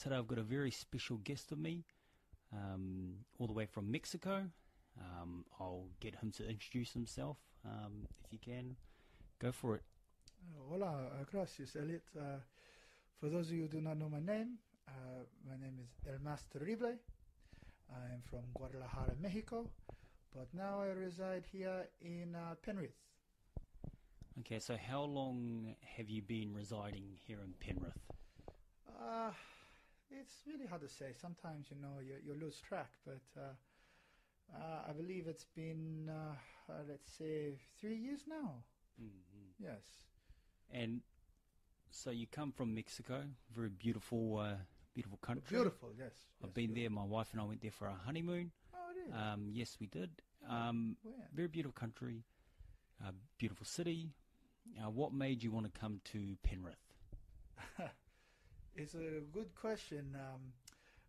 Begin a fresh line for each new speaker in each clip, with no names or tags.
Today I've got a very special guest with me, um, all the way from Mexico. Um, I'll get him to introduce himself um, if you can. Go for it.
Hola, uh, gracias, Elliot. Uh, for those of you who do not know my name, uh, my name is El Mas Terrible. I am from Guadalajara, Mexico, but now I reside here in uh, Penrith.
Okay, so how long have you been residing here in Penrith?
Uh, it's really hard to say. Sometimes, you know, you, you lose track, but uh, uh, I believe it's been, uh, uh, let's say, three years now.
hmm
Yes.
And so you come from Mexico, very beautiful, uh, beautiful country.
Beautiful, yes.
I've
yes,
been there.
beautiful.
My wife and I went there for our honeymoon.
Oh, really?
Um, yes, we did. Um,
Where?
very beautiful country, uh, beautiful city. Uh, what made you want to come to Penrith?
It's a good question. Um,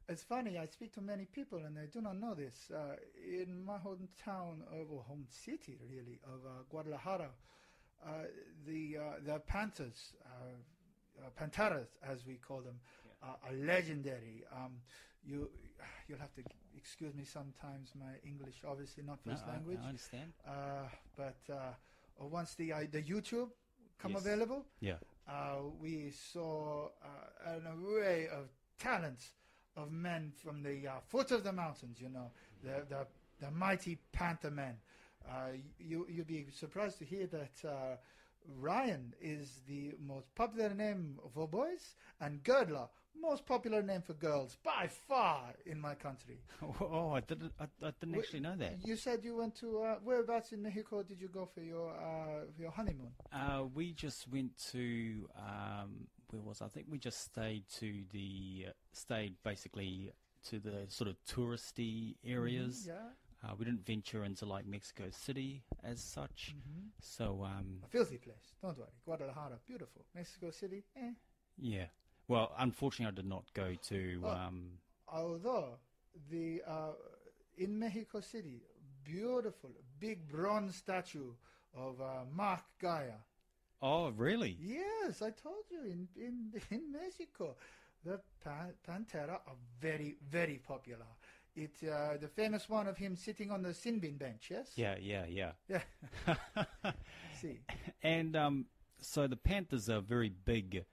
it's funny, I speak to many people and they do not know this. Uh, in my hometown, of, or home city really, of uh, Guadalajara, uh, the, uh, the Panthers, uh, uh, Panteras as we call them, are, are legendary. Um, you, you'll have to excuse me sometimes, my English obviously not first
No, I-
language.
I, understand.
Uh, but uh, once the, uh, the YouTube come
Yes.
available,
Yeah.
uh, we saw uh, an array of talents of men from the uh, foot of the mountains, you know, the, the, the mighty Panther men. Uh, you, you'd be surprised to hear that uh, Ryan is the most popular name for boys, and Girdler, most popular name for girls by far in my country.
Oh, I didn't. I, I didn't
Wh-
actually know that.
You said you went to, uh, whereabouts in Mexico did you go for your, uh, for your honeymoon?
Uh, we just went to um, where was I? I think we just stayed to the uh, stayed basically to the sort of touristy areas.
Mm-hmm, Yeah.
Uh, we didn't venture into like Mexico City as such.
Mhm.
So um,
A filthy place. Don't worry. Guadalajara, beautiful. Mexico City, eh.
yeah. Well, unfortunately, I did not go to.
Oh.
Um,
Although the uh, in Mexico City, beautiful big bronze statue of uh, Mark Gaia.
oh, really?
Yes, I told you in in in Mexico, the pan- Pantera are very very popular. It uh, the famous one of him sitting on the sinbin bench. Yes.
Yeah, yeah, yeah.
Yeah. See.
And um, so the Panthers are very big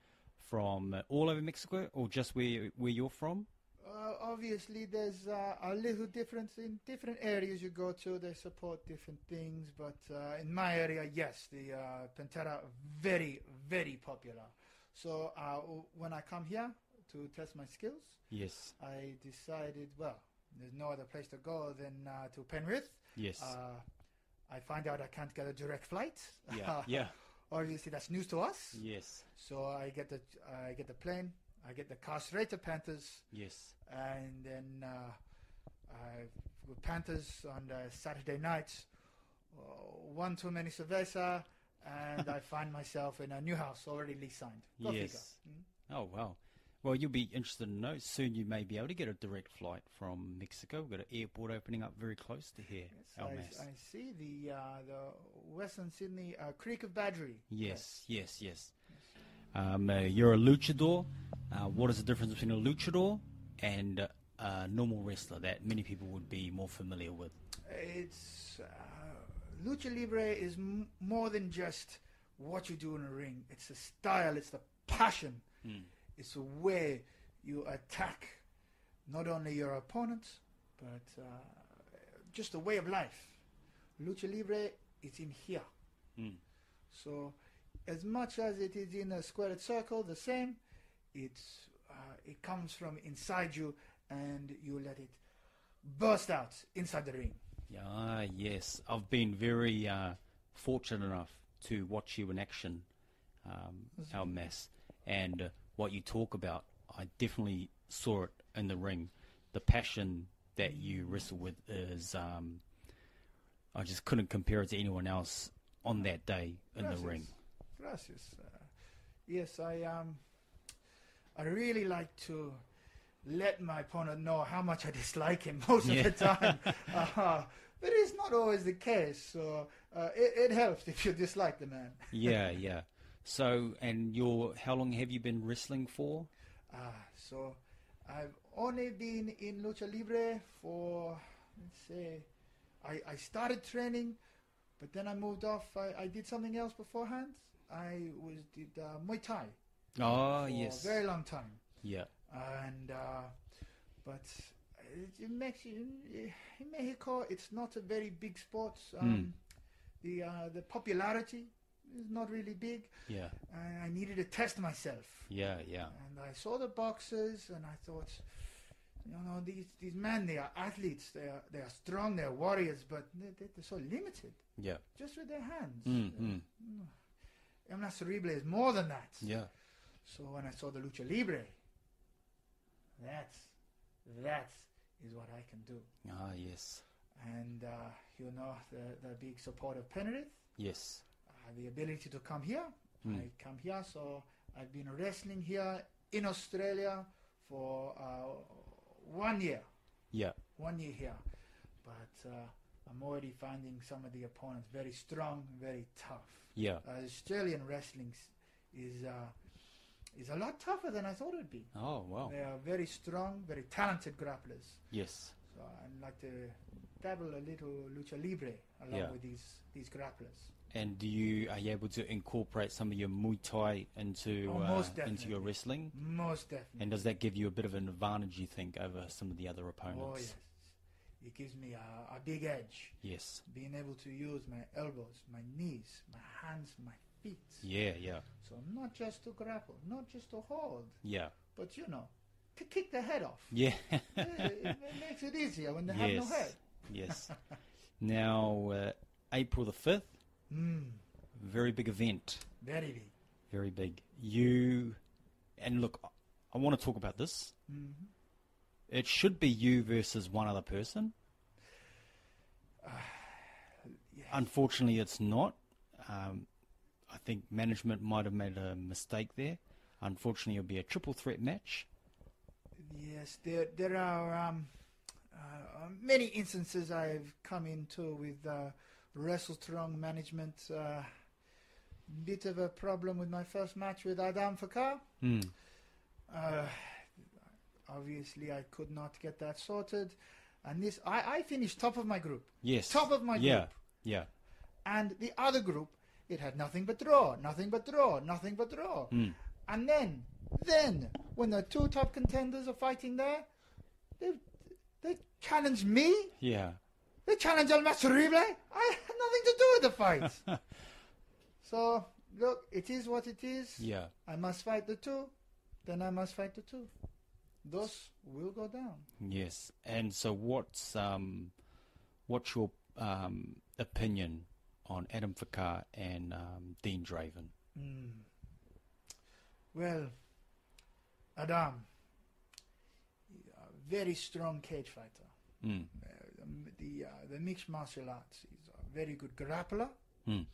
from uh, all over Mexico, or just where where you're from.
Uh, obviously, there's uh, a little difference in different areas you go to. They support different things, but uh, in my area, yes, the uh, Pantera are very, very popular. So uh, when I come here to test my skills,
Yes,
I decided, well, there's no other place to go than uh, to Penrith.
yes,
Uh, I find out I can't get a direct flight.
yeah, yeah,
obviously, that's news to us.
yes,
So I get the I get the plane. I get the car straight to Panthers
yes.
and then uh, uh, Panthers on the Saturday nights. Uh, one too many cerveza, and I find myself in a new house already lease signed. Go
Yes.
figure. Mm?
Oh wow. Well, you'll be interested to know soon. You may be able to get a direct flight from Mexico. We've got an airport opening up very close to here.
Yes,
Almas.
I, I see the uh, the Western Sydney uh, Creek of Badgery.
Yes, yes, yes. Um, uh, you're a luchador. Uh, what is the difference between a luchador and uh, a normal wrestler that many people would be more familiar with?
It's uh, lucha libre is m- more than just what you do in a ring. It's the style. It's the passion. It's the way you attack not only your opponent, but uh, just the way of life. Lucha Libre is in here.
Mm.
So, as much as it is in a squared circle, the same, it's, uh, it comes from inside you and you let it burst out inside the ring.
Ah, yes. I've been very uh, fortunate enough to watch you in action, um, our mess, and uh, what you talk about. I definitely saw it in the ring. The passion that you wrestle with is, um, I just couldn't compare it to anyone else on that day in the ring.
Gracias. Uh, yes, I um, I really like to let my opponent know how much I dislike him most
Yeah.
of the time. uh, but it's not always the case, so uh, it, it helps if you dislike the man.
yeah, yeah. So, and you're, how long have you been wrestling for?
Uh, so I've only been in lucha libre for let's say I, I started training, but then I moved off. I, I did something else beforehand. I was did uh, Muay Thai
Oh,
for
yes.
a very long time,
Yeah.
and uh, but it, it makes you in Mexico. It's not a very big sport.
Hmm.
Um, The uh, the popularity is not really big.
Yeah.
And I needed to test myself.
Yeah. Yeah.
And I saw the boxers, and I thought, you know, these these men, they are athletes. They are they are strong. They are warriors, but they, they- they're so limited,
Yeah.
just with their hands.
Mm, mm.
I'm not cerebral is more than that.
Yeah.
So when I saw the lucha libre, that's that is what I can do.
Ah, yes.
And uh, you know, the the big support of Penrith,
Yes.
uh, the ability to come here.
Mm.
I come here, so I've been wrestling here in Australia for uh, one year,
Yeah.
one year here. But uh, I'm already finding some of the opponents very strong, very tough.
Yeah.
Uh, Australian wrestling s- is uh, is a lot tougher than I thought it'd be.
Oh, wow.
They are very strong, very talented grapplers.
Yes.
So I'd like to dabble a little lucha libre along
Yeah.
with these these grapplers.
And do you are you able to incorporate some of your Muay Thai into
Oh,
uh,
most
into your
definitely.
wrestling?
Most definitely.
And does that give you a bit of an advantage, you think, over some of the other
Oh
opponents?
yes, it gives me a, a big edge.
yes.
Being able to use my elbows, my knees, my hands, my feet.
Yeah, yeah,
So not just to grapple, not just to hold,
yeah,
but you know, to kick the head off.
yeah.
Eh, it, it makes it easier when they have no head.
yes. Now, uh, April the fifth,
Mm,
very big event,
very big.
very big. You, and look, I want to talk about this.
hmm
It should be you versus one other person. Unfortunately, it's not. Um, I think management might have made a mistake there. Unfortunately, it'll be a triple threat match.
Yes, there there are um, uh, many instances I've come into with uh, WrestleStrong management. Uh, bit of a problem with my first match with Adam Fakar.
Hmm.
Uh, obviously, I could not get that sorted, and this I, I finished top of my group,
Yes.
Top of my
yeah.
group.
Yeah.
and the other group it had nothing but draw, nothing but draw, nothing but draw,
Mm.
and then then when the two top contenders are fighting there, they they challenge me,
Yeah.
they challenge El Masurible. I had nothing to do with the fight. so look, it is what it is.
Yeah.
I must fight the two, then I must fight the two. Those will go down.
Yes. And so, what's um, what's your um, opinion on Adam Fakar and um, Dean Draven?
Mm. Well, Adam, a very strong cage fighter.
Mm.
Uh, the uh, the mixed martial arts. He's a very good grappler.
Mm.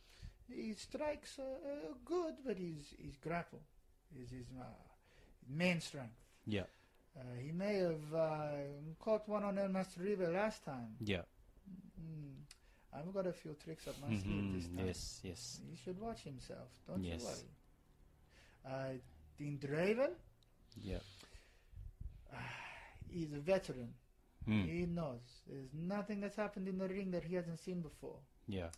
He strikes uh, uh, good, but he's he's grapple. Is his uh, main strength.
Yeah.
Uh, he may have uh, caught one on El Masuribe last time.
Yeah.
Mm. I've got a few tricks up my sleeve this
Mhm.
time.
Yes. Yes.
He should watch himself. Don't
Yes.
you worry. Uh, Dean Draven,
Yeah.
he's a veteran.
Mm.
He knows there's nothing that's happened in the ring that he hasn't seen before
Yeah.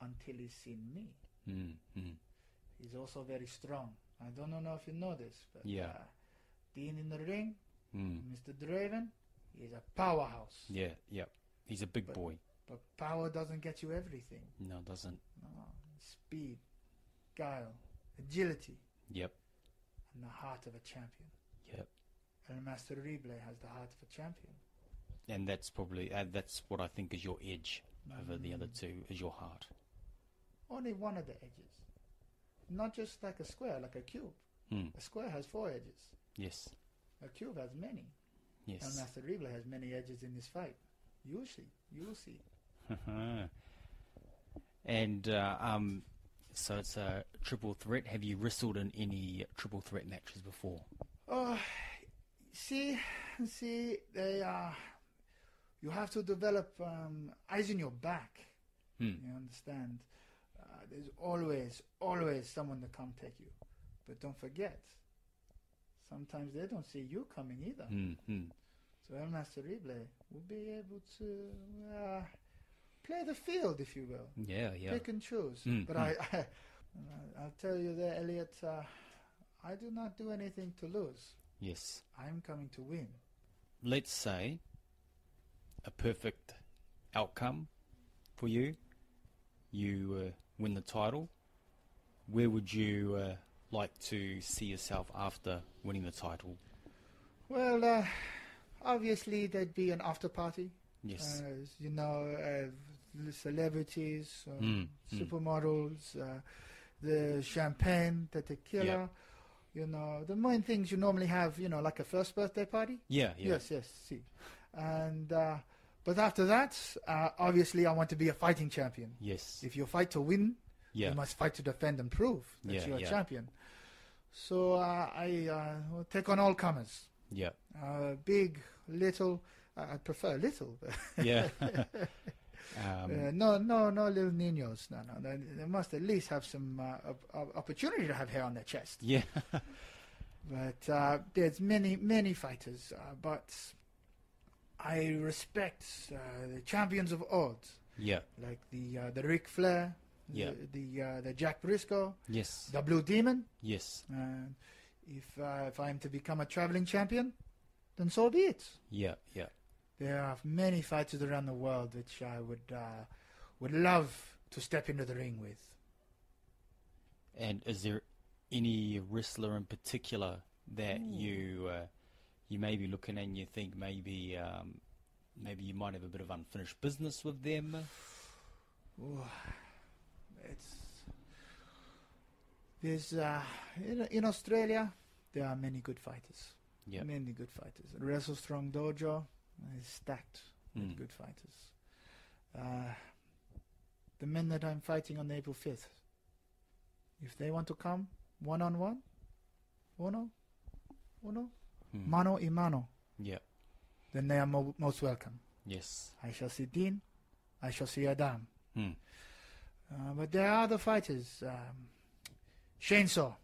until he's seen me.
Mm. Mm.
He's also very strong. I don't know if you know this, but
Yeah.
uh, Dean in the ring,
Mm.
Mr. Draven, he's a powerhouse.
Yeah. Yeah. He's a big
But-
boy.
But power doesn't get you everything.
No, doesn't.
No. Speed, guile, agility,
Yep.
and the heart of a champion.
Yep.
El Master Rible has the heart of a champion.
And that's probably uh, that's what I think is your edge over
Mm.
the other two is your heart.
Only one of the edges. Not just like a square, like a cube.
Mm.
A square has four edges.
Yes.
A cube has many. El
Yes.
Master Rible has many edges in this fight. You'll see. You'll see.
Mm-hmm. and uh, um, so it's a triple threat. Have you wrestled in any triple threat matches before?
Oh, see, see, they are. You have to develop um, eyes in your back.
Hmm.
You understand? Uh, there's always, always someone to come take you. But don't forget, sometimes they don't see you coming either.
Mm, mm.
So El Naserible will be able to uh, play the field, if you will,
Yeah, yeah.
pick and choose.
Mm,
But I, I, I'll tell you there, Elliot, uh, I do not do anything to lose.
Yes.
I'm coming to win.
Let's say a perfect outcome for you. You uh, win the title. Where would you uh, like to see yourself after winning the title?
Well, uh, obviously there'd be an after party.
Yes.
Uh, you know, uh, the celebrities, uh,
Mm, mm.
supermodels, uh, the champagne, the tequila. You know, the main things you normally have. You know, like a first birthday party.
yeah, yeah.
Yes, yes, see. And uh, but after that, uh, obviously, I want to be a fighting champion.
Yes.
If you fight to win,
Yeah.
you must fight to defend and prove that
Yeah,
you're a
yeah.
champion. So uh, I uh, will take on all comers,
Yeah.
uh, big, little. I I prefer little. but,
Yeah.
uh,
um,
no, no, no, little niños. No, no. They, they must at least have some uh, op- op- opportunity to have hair on their chest.
yeah.
But uh, there's many, many fighters. Uh, but I respect uh, the champions of odds,
Yeah.
like the uh, the Ric Flair,
Yeah.
the the, uh, the Jack Briscoe,
Yes.
the Blue Demon.
Yes.
And if uh, if I am to become a traveling champion, then so be it.
Yeah. Yeah.
There are many fighters around the world which I would uh, would love to step into the ring with.
And is there any wrestler in particular that
Hmm.
you uh, you may be looking at and you think maybe um, maybe you might have a bit of unfinished business with them?
Ooh, it's there's uh, in, in Australia there are many good fighters.
Yeah.
many good fighters. Wrestle Strong Dojo is stacked with
Mm.
good fighters. Uh, the men that I'm fighting on April 5th, if they want to come one on one, uno, uno,
Hmm.
mano y mano,
Yeah.
then they are mo- most welcome.
Yes.
I shall see Dean, I shall see Adam.
Mm.
Uh, but there are other fighters. Um, Shane Saw,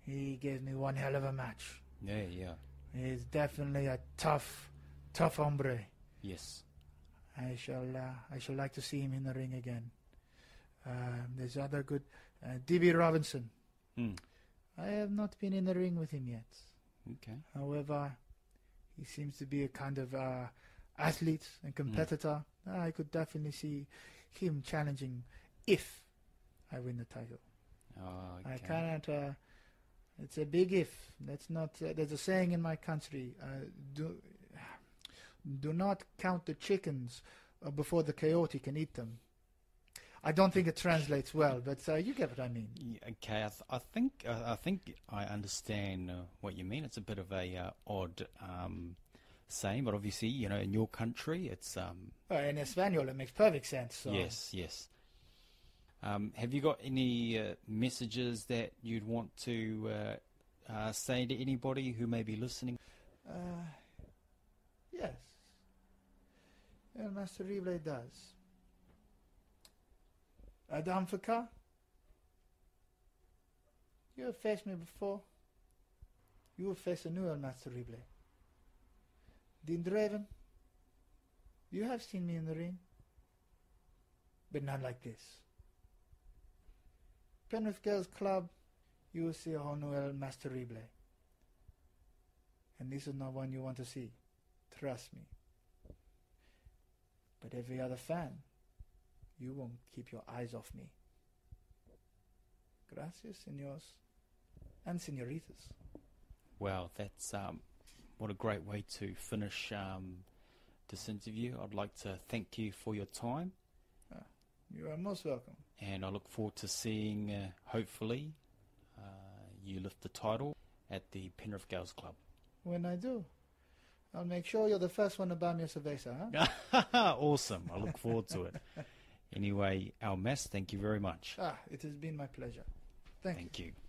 he gave me one hell of a match.
Yeah. Yeah.
He's definitely a tough, tough hombre.
Yes.
I shall, uh, I shall like to see him in the ring again. Um, there's other good, uh, D.B. Robinson.
Mm.
I have not been in the ring with him yet.
Okay.
However, he seems to be a kind of uh, athlete and competitor. I could definitely see him challenging if I win the title.
Oh,
I
okay.
cannot. Uh, it's a big if. That's not. Uh, there's a saying in my country: uh, do do not count the chickens uh, before the coyote can eat them. I don't think it translates well, but uh, you get what I mean.
Yeah, okay. I, th- I think I I think I understand uh, what you mean. It's a bit of a uh, odd um, saying, but obviously, you know, in your country, it's um,
Uh, in Espanol, it makes perfect sense. So.
Yes, yes. Um, have you got any uh, messages that you'd want to uh, uh, say to anybody who may be listening?
Uh, yes. El Master Rible does. Adam Fakar, you have faced me before. You will face a new El Master Rible. Dean Draven, you have seen me in the ring, but not like this. Penrith Girls Club, you will see a whole new El Master Rible. And this is not one you want to see. Trust me. But every other fan, you won't keep your eyes off me. Gracias, senors and senoritas.
Wow, that's um, what a great way to finish um, this interview. I'd like to thank you for your time,
You are most welcome.
and I look forward to seeing, uh, hopefully, uh, you lift the title at the Penrith Girls Club.
When I do, I'll make sure you're the first one to buy me a cerveza, huh?
awesome. I look forward to it. Anyway, Almas, thank you very much.
Ah, it has been my pleasure. Thank you.
Thank you.